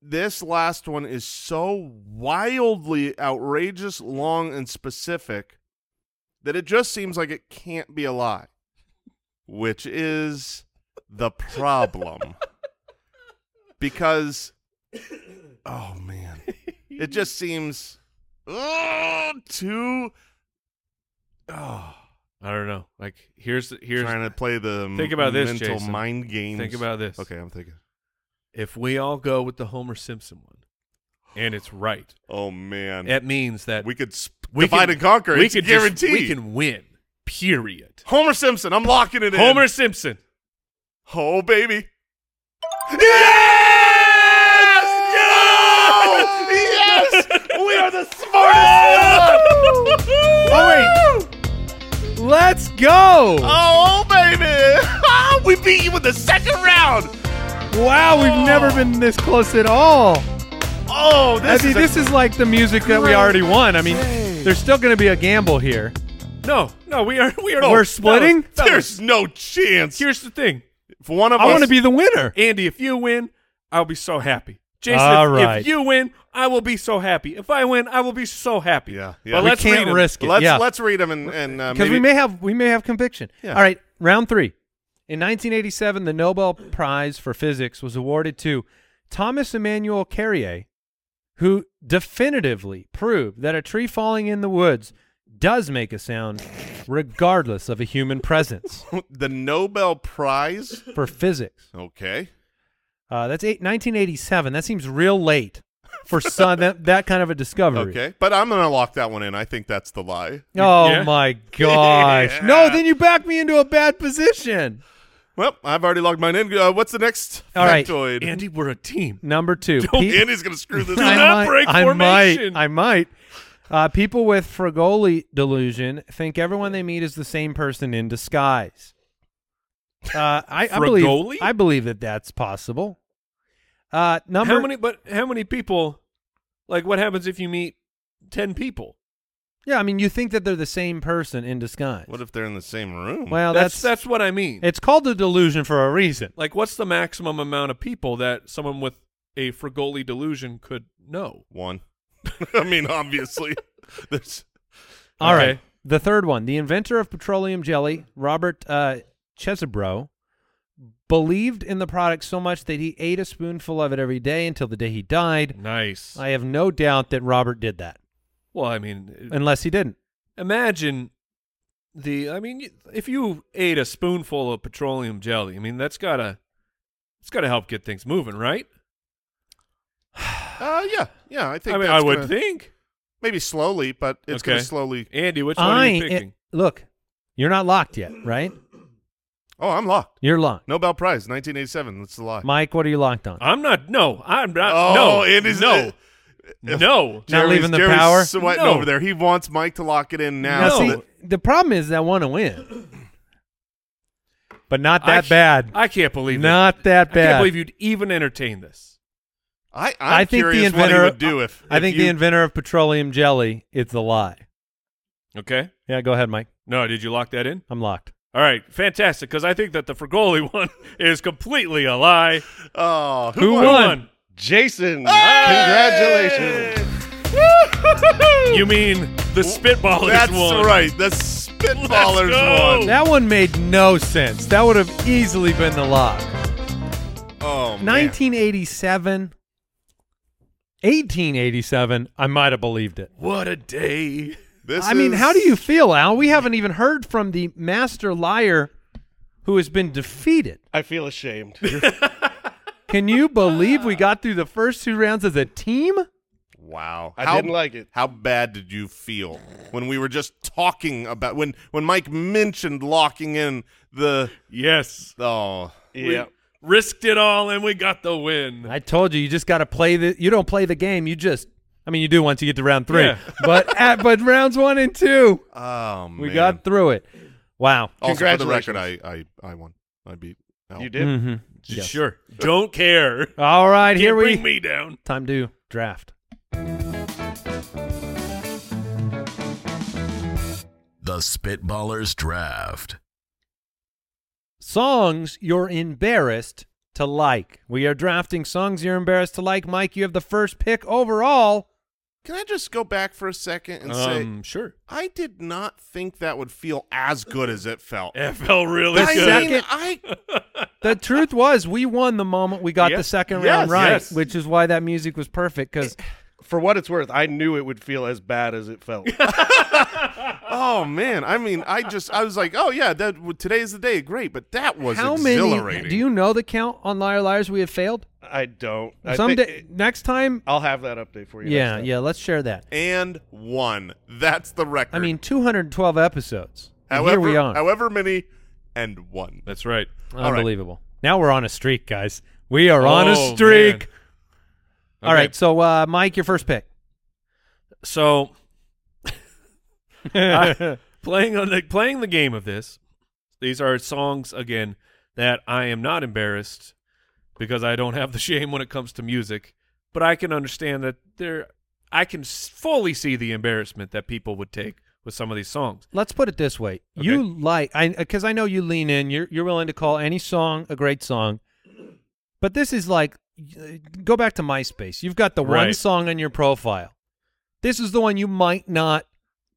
This last one is so wildly outrageous, long, and specific that it just seems like it can't be a lie, which is the problem. because, oh man, it just seems oh, too. Oh, I don't know. Like here's the- here's trying to play the Think m- about this, mental Jason. mind games. think about this. Okay, I'm thinking. If we all go with the Homer Simpson one, and it's right. Oh man, That means that we could sp- we divide can- and conquer. We it's can just- guaranteed. we can win. Period. Homer Simpson. I'm locking it in. Homer Simpson. Oh baby. Yes! Yes! yes! We are the smartest. Oh, wait. Let's go. Oh baby! we beat you in the second round. wow, we've never been this close at all. Oh, this I mean, is a- this is like the music that we already won. I mean, there's still going to be a gamble here. No, no, we are we are We're splitting? fellas, fellas, there's no chance. here's the thing, if one of I us, want to be the winner. Andy. If you win, I'll be so happy. Jason, if- All if, right. you win, I will be so happy. If I win, I will be so happy. Yeah, yeah. But We let's can't read 'em. risk it. Let's yeah. let's read them and and uh, because we maybe may have we may have conviction. Yeah. All right, round three. In 1987, the Nobel Prize for Physics was awarded to Thomas Emmanuel Carrier, who definitively proved that a tree falling in the woods does make a sound, regardless of a human presence. the Nobel Prize. For physics, Okay. uh, that's eight, 1987. That seems real late for some, that that kind of a discovery. Okay, but I'm gonna lock that one in. I think that's the lie. Oh Yeah. my gosh! No, then you back me into a bad position. Well, I've already logged mine in. Uh, what's the next All right. factoid? Andy, we're a team. Number 2 Pete- Andy's gonna screw this I up. not break formation. might. I might. Uh, people with Fragoli delusion think everyone they meet is the same person in disguise. Uh, I, I Fragoli? believe. I believe that that's possible. Uh, number. how many? But how many people? Like, what happens if you meet ten people? Yeah, I mean, you think that they're the same person in disguise. What if they're in the same room? well, that's, that's, that's what I mean. It's called a delusion for a reason. like, what's the maximum amount of people that someone with a Fragoli delusion could know? one. I mean, obviously, there's All right. Okay. The third one, the inventor of petroleum jelly, Robert uh, Chesebro, believed in the product so much that he ate a spoonful of it every day until the day he died. Nice. I have no doubt that Robert did that, well, I mean, unless he didn't. imagine the i mean y- if you ate a spoonful of petroleum jelly i mean that's gotta it's gotta help get things moving right uh, yeah, yeah. I think i mean i that's would gonna- think maybe slowly, but it's Okay. gonna slowly. andy which one I eh, are you picking it- look, you're not locked yet, right? Oh, I'm locked. You're locked. Nobel Prize, 1987. That's the lie. Mike, what are you locked on? i'm not no i'm not oh, no Andy's no no Not Jerry's- leaving the Jerry's power? Sweating No. over there. He wants Mike to lock it in now. Now, No. so see, that- the problem is that I want to win, but not I that ca- bad. i can't believe it. Not that i bad. can't believe you'd even entertain this I, I'm I think the curious inventor what he would do if. I if think you- the inventor of petroleum jelly is the lie. okay Yeah, go ahead, Mike. no did you lock that in I'm locked. all right fantastic because i think that the Fragoli one is completely a lie Oh, Who Who won? Jason, congratulations. you mean the spitballers That's won right. The spitballers go. won. That one made no sense. That would have easily been the lock. Oh, man. 1987, 1887. I might have believed it. What a day. This I mean, is- how do you feel, Al? We haven't even heard from the master liar who has been defeated. I feel ashamed. Can you believe we got through the first two rounds as a team? Wow. I how, didn't like it. How bad did you feel when we were just talking about when when Mike mentioned locking in the Yes. oh Yeah. We risked it all and we got the win. I told you, you just got to play the. You don't play the game. You just. I mean, you do once you get to round three, Yeah. but at, but rounds one and two, oh man. we got through it. Wow. also for the record. I Congratulations. I I won. I beat. Al. You did? Mhm. J- Sure. Don't care. All right, here Can't we bring me down. time to draft. The Spitballers Draft. Songs you're embarrassed to like. We are drafting songs you're embarrassed to like. Mike, you have the first pick overall. Can I just go back for a second and say Um, sure. I did not think that would feel as good as it felt. FL really I good. mean, I The truth was, we won the moment we got Yeah. the second Yes, round right, yes. which is why that music was perfect. Because For what it's worth, I knew it would feel as bad as it felt. oh man, I mean, I just I was like, oh yeah, that w- today's the day, great, but that was How exhilarating. many? Do you know the count on Liar Liars we have failed? I don't. I Someday, think- next time. I'll have that update for you. Yeah, next time. yeah. Let's share that. and one. That's the record. I mean, 212 episodes. And however, here we are. However many, and one. That's right. right. Unbelievable. Now we're on a streak, guys. We are on a Oh, man. streak. All Okay, right. So, uh, Mike, your first pick. So I- playing on the playing the game of this, these are songs again that I am not embarrassed because I don't have the shame when it comes to music, but I can understand that there I can s- fully see the embarrassment that people would take with some of these songs. Let's put it this way: Okay. you like, I because I know you lean in. You're you're willing to call any song a great song, but this is like, uh, go back to MySpace. You've got the one Right. song on your profile. This is the one you might not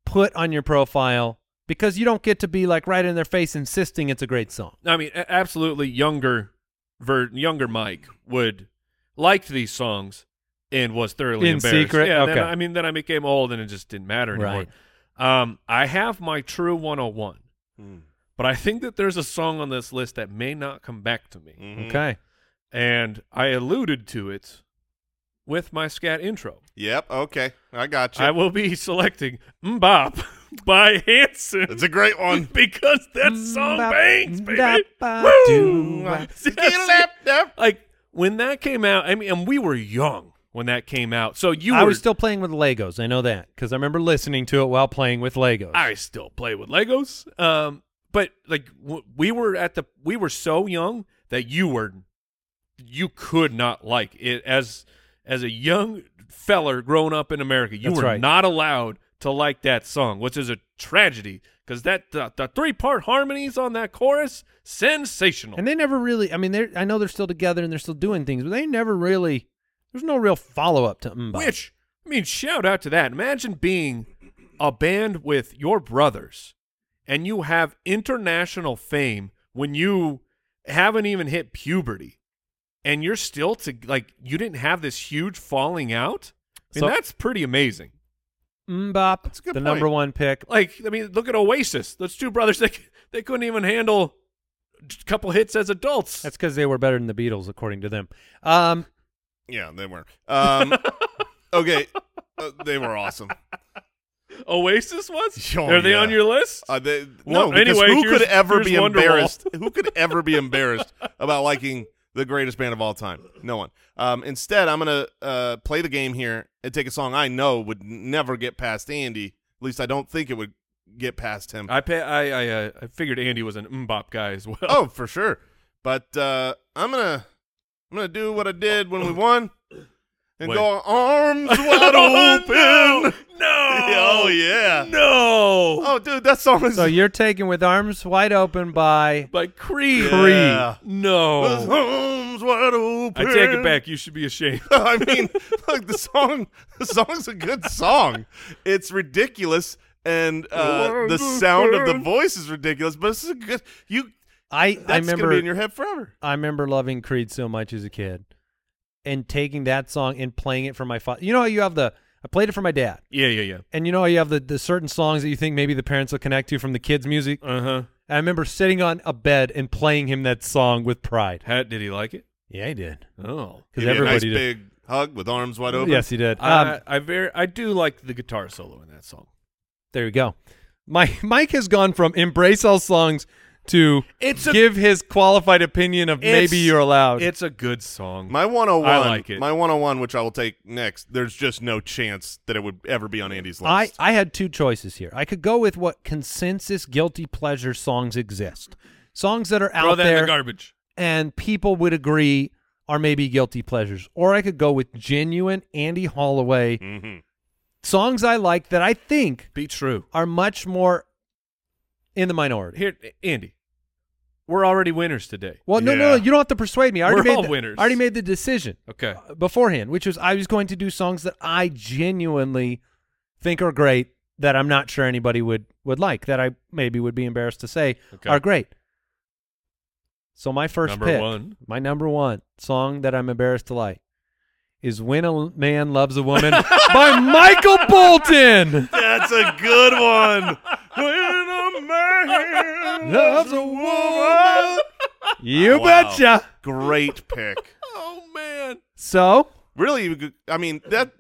put on your profile because you don't get to be like right in their face insisting it's a great song. I mean, a- absolutely younger ver- younger Mike would liked these songs and was thoroughly In embarrassed. secret? Yeah, then- Okay. I mean, then I became old and it just didn't matter anymore. Um, I have my true 101, but I think that there's a song on this list that may not come back to Hmm. me. Mhm. Okay. And I alluded to it with my scat intro. Yep. Okay. I got you. I will be selecting Mbop by Hanson That's a great one. because that song Bop, bangs, bop, baby. bop, Woo! doo, wop. Yes. Like when that came out, I mean, and we were young when that came out. So you I were was still playing with Legos. I know that because I remember listening to it while playing with Legos. I still play with Legos. Um, but like w- we were at the we were so young that you were you could not like it as as a young feller growing up in America. You That's were right. not allowed to like that song, which is a tragedy because that the, the three part harmonies on that chorus sensational. And they never really. I mean, they. I know they're still together and they're still doing things, but they never really. There's no real follow up to Mbop. Which, I mean, shout out to that. Imagine being a band with your brothers and you have international fame when you haven't even hit puberty and you're still to like you didn't have this huge falling out. I mean, So- that's pretty amazing. Mbop, That's a good the point. number one pick. Like, I mean, look at Oasis. Those two brothers, they, c- they couldn't even handle a couple hits as adults. That's because they were better than the Beatles, according to them. Um, Yeah, they were. Um, okay, uh, they were awesome. Oasis was? Oh, Are they yeah. on your list? Uh, they, Well, no, because anyway, who here's- could ever be here's Wonderwall. embarrassed? Who could ever be embarrassed about liking the greatest band of all time? No one. Um, instead, I'm gonna uh, play the game here and take a song I know would n- never get past Andy. At least I don't think it would get past him. I pay, I I, uh, I figured Andy was an mbop guy as well. oh, for sure. But uh, I'm gonna I'm gonna do what I did when we won and Wait. Oh, go arms wide open. No. no. Oh yeah. No. Oh, dude, that song is so you're taken with arms wide open by By Creed. Yeah. His No. arms wide I open. take it back. You should be ashamed. I mean, look, the song, the song's a good song. It's ridiculous, and uh, the sound of the voice is ridiculous. But it's a good. You, I. that's I gonna remember. be in your head forever. I remember loving Creed so much as a kid, and taking that song and playing it for my father. You know how you have the. I played it for my dad, Yeah, yeah, yeah. and you know how you have the, the certain songs that you think maybe the parents will connect to from the kids' music. Uh huh. I remember sitting on a bed and playing him that song with pride. How did he like it? Yeah, he did. Oh. Because Give you a nice everybody did. big hug with arms wide open. Yes, he did. Um, I, I very I do like the guitar solo in that song. there you go. Mike Mike has gone from embrace all songs to It's give his qualified opinion of it's- maybe you're allowed. It's a good song. My 101, I like it. my 101, which I will take next. There's just no chance that it would ever be on Andy's list. I, I had two choices here. I could go with what consensus guilty pleasure songs exist. Songs that are Throw out that in there the garbage. and people would agree are maybe guilty pleasures. Or I could go with genuine Andy Holloway Mhm. songs I like that I think Be true. are much more in the minority. Here, Andy. We're already winners today. Well, no, no, Yeah. no, you don't have to persuade me. I already We're made all the, winners. I already made the decision Okay. uh, beforehand, which was I was going to do songs that I genuinely think are great that I'm not sure anybody would would like that I maybe would be embarrassed to say Okay. are great. So my first Number pick, one. my number one song that I'm embarrassed to like is "When a Man Loves a Woman" by Michael Bolton. That's a good one. man Loves a woman. you betcha. Great pick. Oh man. So, Really, you could- I mean that.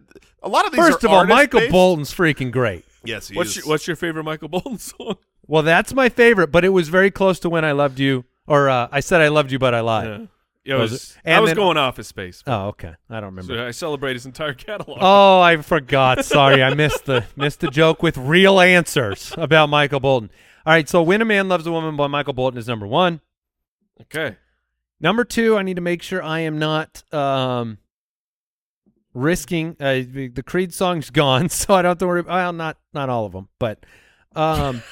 A lot of these. first are of all, artist Michael based. Bolton's freaking great. Yes, he What's is. your, what's your favorite Michael Bolton song? Well, that's my favorite, but it was very close to when I loved you, or uh, I said I loved you, but I lied. Yeah. It Was was, it- I and was then- going off his space. Oh, okay. I don't remember. So uh, I celebrate his entire catalog. Oh, I forgot. Sorry, I missed the missed the joke with real answers about Michael Bolton. All right, so when a man loves a woman by Michael Bolton is number one. Okay. Number two, I need to make sure I am not um, risking uh, the the Creed song's gone, so I don't have to worry. Well, not not all of them, but um,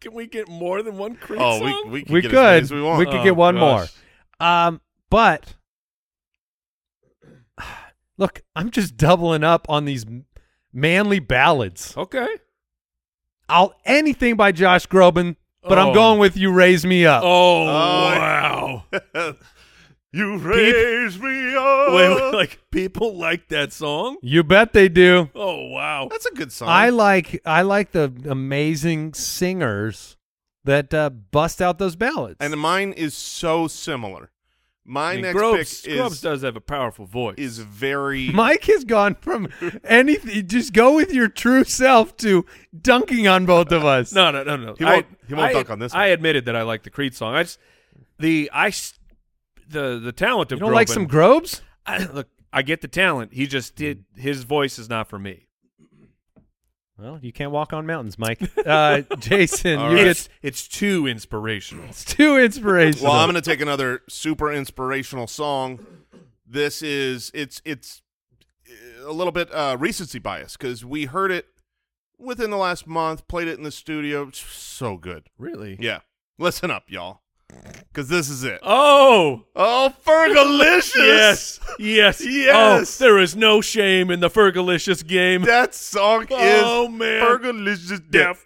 Can we get more than one Creed Oh, song? we we could we get as many could as we want. could Oh, get one gosh. more. Um, but look, I'm just doubling up on these m- manly ballads. Okay. I'll anything by Josh Groban, but Oh. I'm going with you raise me up. Oh, Uh, wow. wow. you raise me up. Wait, wait, like people like that song? You bet they do. Oh wow. that's a good song. I like I like the amazing singers that uh, bust out those ballads. and mine is so similar. My I mean, next Groves, pick Scrubs is does have a powerful voice. is very Mike has gone from anything just go with your true self to dunking on both of us. no, no, no, no. He won't- I, he won't I- dunk on this I one. admitted that I like the Creed song. I just the I s- the the talent of you don't like Groban- some Grobes? I, look, I get the talent. He just did. His voice is not for me. Well, you can't walk on mountains, Mike. Uh, Jason, All you right. get It's it's too inspirational. it's too inspirational. Well, I'm going to take another super inspirational song. This is it's it's a little bit uh, recency bias because we heard it within the last month, played it in the studio. It's So good, Really? yeah. Listen up, y'all, because this is it. Oh Oh, Fergalicious! yes, yes, Yes. Oh, there is no shame in the Fergalicious game. that song oh is man, Fergalicious Deaf. deaf.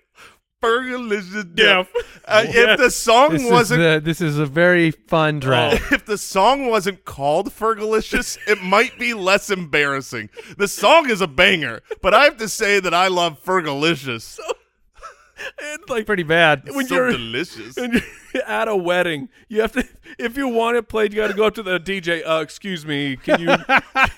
Fergalicious Deaf. deaf. Uh, Yes. If the song this, is wasn't the, this is a very Oh. fun draft. if the song wasn't called Fergalicious, it might be less embarrassing. The song is a banger, but I have to say that I love Fergalicious. And, like Pretty bad. when so you're delicious. when you're at a wedding, you have to if you want it played, you got to go up to the DJ. Uh, excuse me, can you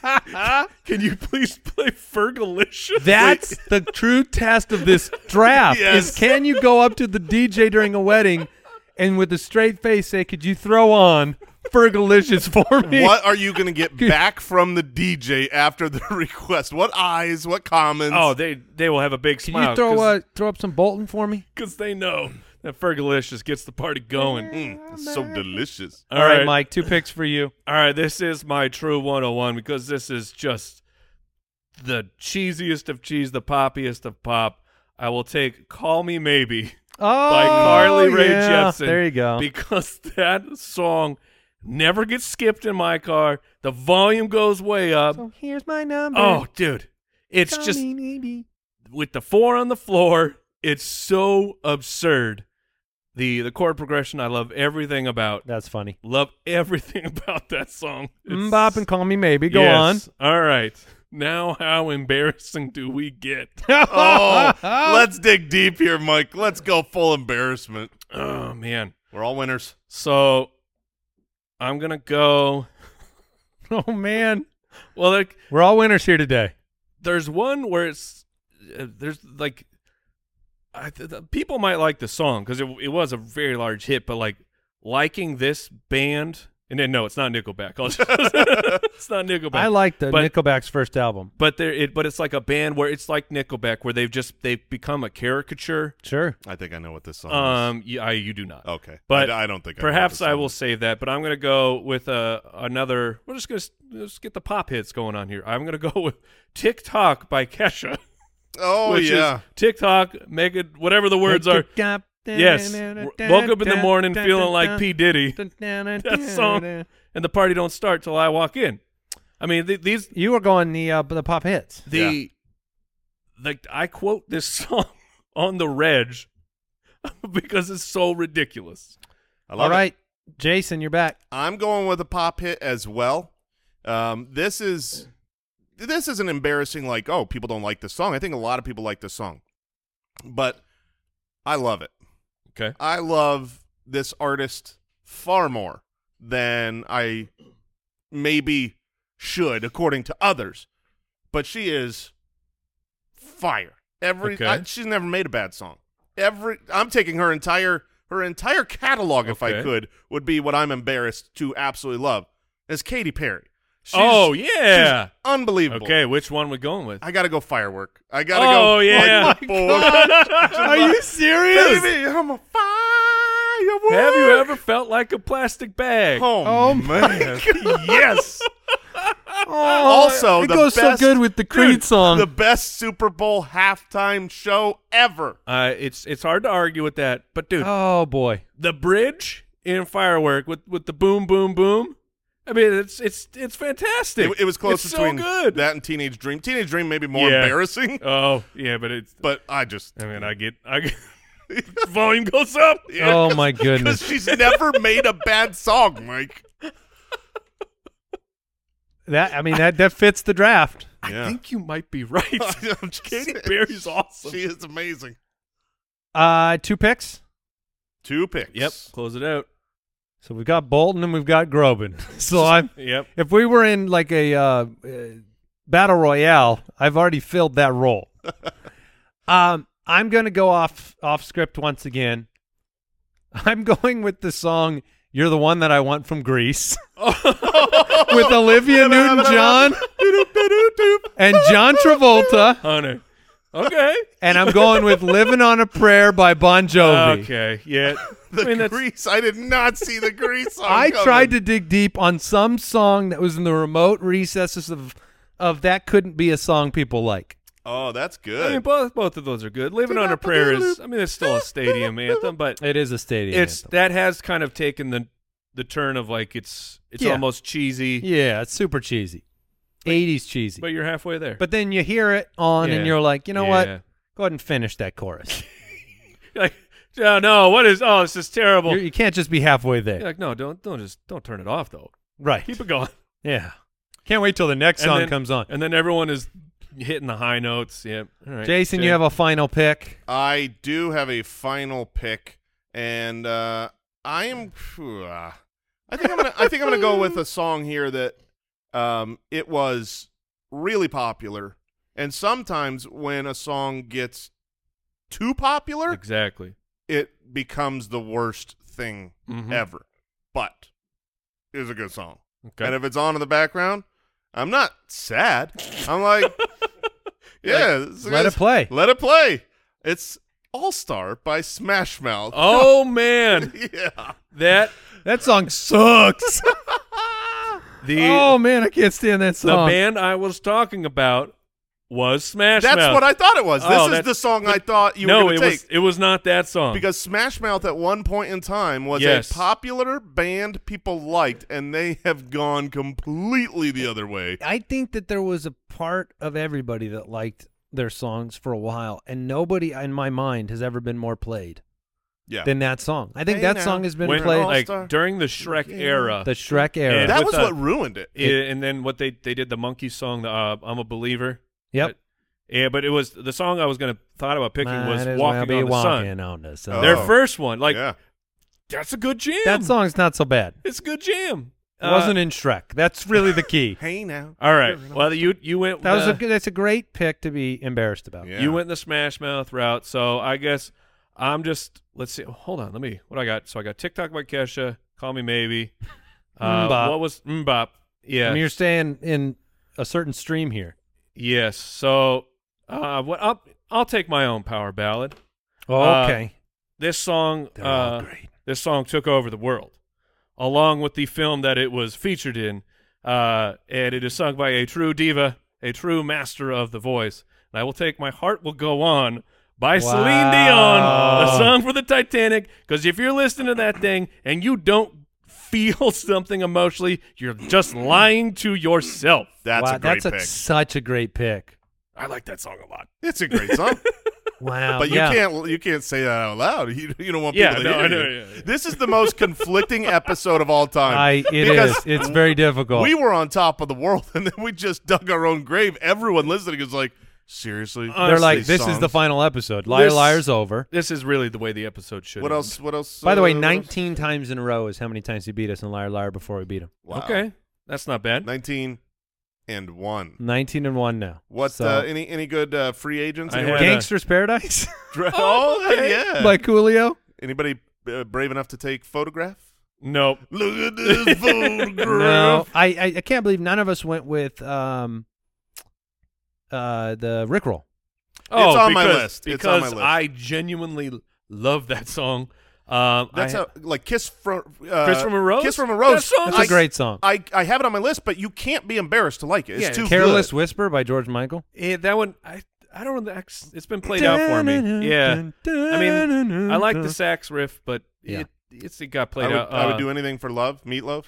can you please play Fergalicious? That's the true test of this draft Yes. is can you go up to the DJ during a wedding and with a straight face say, Could you throw on Fergalicious for me? What are you going to get back from the DJ after the request? What eyes? What comments? Oh, they they will have a big Can smile. you throw cause, uh, throw up some Bolton for me? Because they know that Fergalicious gets the party going. Mm, it's so delicious. All right, Mike, two picks for you. All right, this is my true 101 because this is just the cheesiest of cheese, the poppiest of pop. I will take Call Me Maybe Oh, by Carly Rae yeah. Jepsen. There you go. Because that song never gets skipped in my car. The volume goes way up. so here's my number. Oh, dude. It's Call just me maybe. with the four on the floor, it's so absurd. The the chord progression I love everything about. That's funny. Love everything about that song. It's- Mbop and Mm, call me maybe. Go Yes. All right. Now how embarrassing do we get? Oh, let's dig deep here, Mike. Let's go full embarrassment. oh man. We're all winners. So I'm gonna go on. Oh man, well there, we're all winners here today. there's one where it's uh, there's like I th- the, people might like the song because it, it was a very large hit, but like liking this band and then no, it's not Nickelback. I'll just- it's not Nickelback. I like the but- Nickelback's first album. but there it but it's like a band where it's like Nickelback where they've just they've become a caricature. Sure. I think I know what this song is. Um, you, I, you do not. Oh, Okay, but I, I don't think I know what Perhaps this I song will is. save that, but I'm going to go with uh, another. We're just going to let's get the pop hits going on here. I'm going to go with TikTok by Kesha. Oh which yeah, is TikTok, make it whatever the words are. Yes. W- Woke up in the morning feeling like P. Diddy, That song. and the party don't start till I walk in. I mean, th- these, You were going the uh, the pop hits. the, like, I quote this song on the reg because it's so ridiculous. I All love it. right, Jason, you're back. I'm going with a pop hit as well. Um, this is this isn't embarrassing. Like, oh, people don't like this song. I think a lot of people like this song, but I love it. Okay. I love this artist far more than I maybe should, according to others. But she is fire. Every Okay. I- she's never made a bad song. Every I'm taking her entire her entire catalog, if I Okay. could, would be what I'm embarrassed to absolutely love is Katy Perry. She's oh yeah. unbelievable. Okay, which one we going with? I gotta go firework. I gotta go. Oh, yeah. Like, boy. Are you serious? Baby, I'm a firework. Have you ever felt like a plastic bag? Oh, Oh, man. yes. Oh, also, it the goes best, so good with the Creed dude, song. The best Super Bowl halftime show ever. Uh, it's it's hard to argue with that, but dude, oh boy, the bridge in Firework with with the boom boom boom. I mean, it's it's it's fantastic. It, it was close It's between so good. that and Teenage Dream. Teenage Dream maybe more Yeah. embarrassing, oh yeah, but it's. but I just I mean, I get I get volume goes up. oh my because goodness, she's never made a bad song, Mike. that I mean that that fits the draft. I Yeah, think you might be right. I'm just Katy saying. Perry's awesome. She is amazing. Uh, two picks. Two picks. yep, close it out. So we've got Bolton and we've got Groban. So I'm Yep. if we were in like a uh, uh, battle royale, I've already filled that role. um, I'm going to go off off script once again. I'm going with the song "You're the One That I Want" from Greece with Olivia Newton-John and John Travolta, Hunter. Okay. and I'm going with "Living on a Prayer" by Bon Jovi. Okay. Yeah. The I mean, that's- grease. I did not see the grease. On I coming. tried to dig deep on some song that was in the remote recesses of of that couldn't be a song people like. Oh, that's I mean, good. both both of those are good. Living on a prayer is. I mean, it's still a stadium anthem, but It is a stadium. it's that has kind of taken the the turn of like it's it's Yeah. almost cheesy, yeah, it's super cheesy, eighties cheesy. but But, you're halfway there. then you hear it on, Yeah. and you're like, you know what? Yeah. Go ahead and finish that chorus. You're like, oh, no, what is? Oh, this is terrible. You're, You're, you can not just be halfway there, like, no, don't don't just don't turn it off though. right? Keep it going. yeah, can't wait till the next And song then- comes on. and then everyone is hitting the high notes. Yeah. All right. Jason, you have a final pick. I do have a final pick, and uh, I am. phew, ah. I think I'm gonna. I think I'm gonna go with a song here that, um, it was really popular, and sometimes when a song gets too popular, exactly. it becomes the worst thing Mm-hmm. Mhm. ever. But it was a good song. Okay. And if it's on in the background, I'm not sad. I'm like, yeah, this is- Let it play. Let it play. It's All Star by Smash Mouth. Oh man, yeah. that That song sucks. the oh man, I can't stand that the song. band I was talking about was Smash That's Mouth. what I thought it was. This Oh, is that's- the song I thought you no, were it going to was take. it was not that song. Because Smash Mouth at one point in time was Yes. a popular band people liked, and they have gone completely the other way. I think that there was a part of everybody that liked their songs for a while, and nobody in my mind has ever been more played Yeah. than that song. I think Hey that now. song has been when, played like during the Shrek era, the Shrek era. And that with was the- what ruined it. Yeah, and then what they they did the monkey song, the uh, "I'm a Believer." yep, Yeah, but it was the song I was gonna thought about picking Might was as well "Walking be on the walking Sun." on the sun. Oh. Their first one, like yeah. that's a good jam. That song's not so bad. it's a good jam. Uh, It wasn't in Shrek. That's really the key. Uh, Hey now. All right. Well, you you went That was a the- good, that's a great pick to be embarrassed about. Yeah. you went the Smash Mouth route, so I guess I'm just let's see. Hold on, let me what I got. So I got TikTok by Kesha, Call Me Maybe. Uh, Mbop. What was Mbop? Yeah. I mean, you're staying in a certain stream here. Yes. So uh, what? I'll, I'll take my own power ballad. Oh, Uh, Okay, This song, they're all uh, great. this song took over the world, along with the film that it was featured in, uh, and it is sung by a true diva, a true master of the voice. And I will take my heart will go on. By Celine Wow. Dion, a song for the Titanic. Because if you're listening to that thing and you don't feel something emotionally, you're just lying to yourself. That's wow, a great that's pick. such a great pick. I like that song a lot. Um, it's a great song. Wow, But you yeah. can't you can't say that out loud. You, you don't want Yeah, people to no, hear I know, you. yeah, yeah. This is the most conflicting episode of all time. I, it is. because It's very difficult. We were on top of the world, and then we just dug our own grave. Everyone listening is like, seriously. They're Honestly, like, this is the songs? final episode. Liar, This- liar's over. This is really the way the episode should. What end. else? What else? By the way, uh, what else? 19 times in a row is how many times he beat us in Liar, Liar before we beat him. Wow. Okay, that's not bad. nineteen and one. 19 and 1 now. What? Hmm. So- uh, any any good uh, free agents? I Anyone- had- Gangster's Paradise oh, yeah. by Coolio. anybody uh, brave enough to take photograph? Nope. Look at this photograph. No, I, I I can't believe none of us went with um uh the Rickroll. Oh, on my because, list. It's on Because my list. I genuinely love that song. Um, That's I, how, like Kiss from uh, Kiss from a Rose? Kiss from a Rose. That song's That's I- a great song. I, I have it on my list, but you can't be embarrassed to like it. It's Yeah, too Careless good. Whisper by George Michael. Yeah, eh, that one. I I don't. know. It's been played out for me. Yeah. I mean, I like the sax riff, but Yeah. it it's it got I played would, out. I would uh, do anything for love, meatloaf.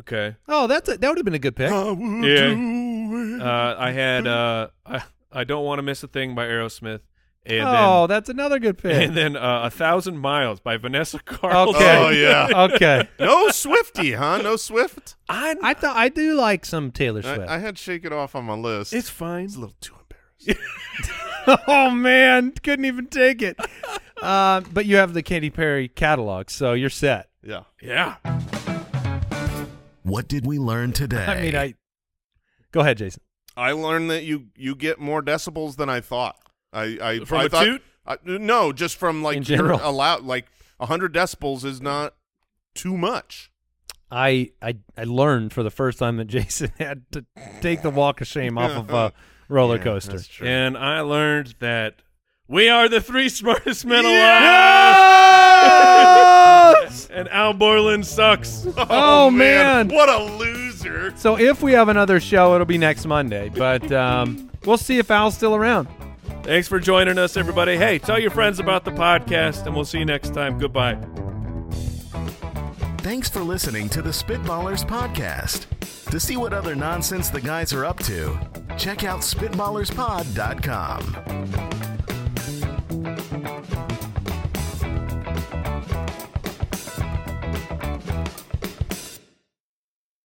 Okay. Oh, that's a, that would have been a good pick. I Oh, would Yeah. do it. Uh, I had uh, I, I don't want to miss a thing by Aerosmith, and oh, that's another good then pick. and then uh, a thousand miles by Vanessa Carlton. Okay. Oh yeah. okay. no Swifty, huh? No Swift. I, I thought I do like some Taylor Swift. I, I had Shake It Off on my list. it's fine. a little too embarrassing. oh man, couldn't even take it. um, but you have the Katy Perry catalog, so you're set. yeah. Yeah. What did we learn today? I mean, I go ahead, Jason. I learned that you you get more decibels than I thought. I I From I a thought, toot? I- no, just from like In you're general. allowed like hundred decibels is not too much. I, I I learned for the first time that Jason had to take the walk of shame off of a roller coaster. And I learned that we are the three smartest men alive. and Al Borland sucks. Oh, man. what a loser! So if we have another show, it'll be next Monday. But um, we'll see if Al's still around. Thanks for joining us, everybody. Hey, tell your friends about the podcast, and we'll see you next time. Goodbye. Thanks for listening to the Spitballers Podcast. To see what other nonsense the guys are up to, check out SpitballersPod.com.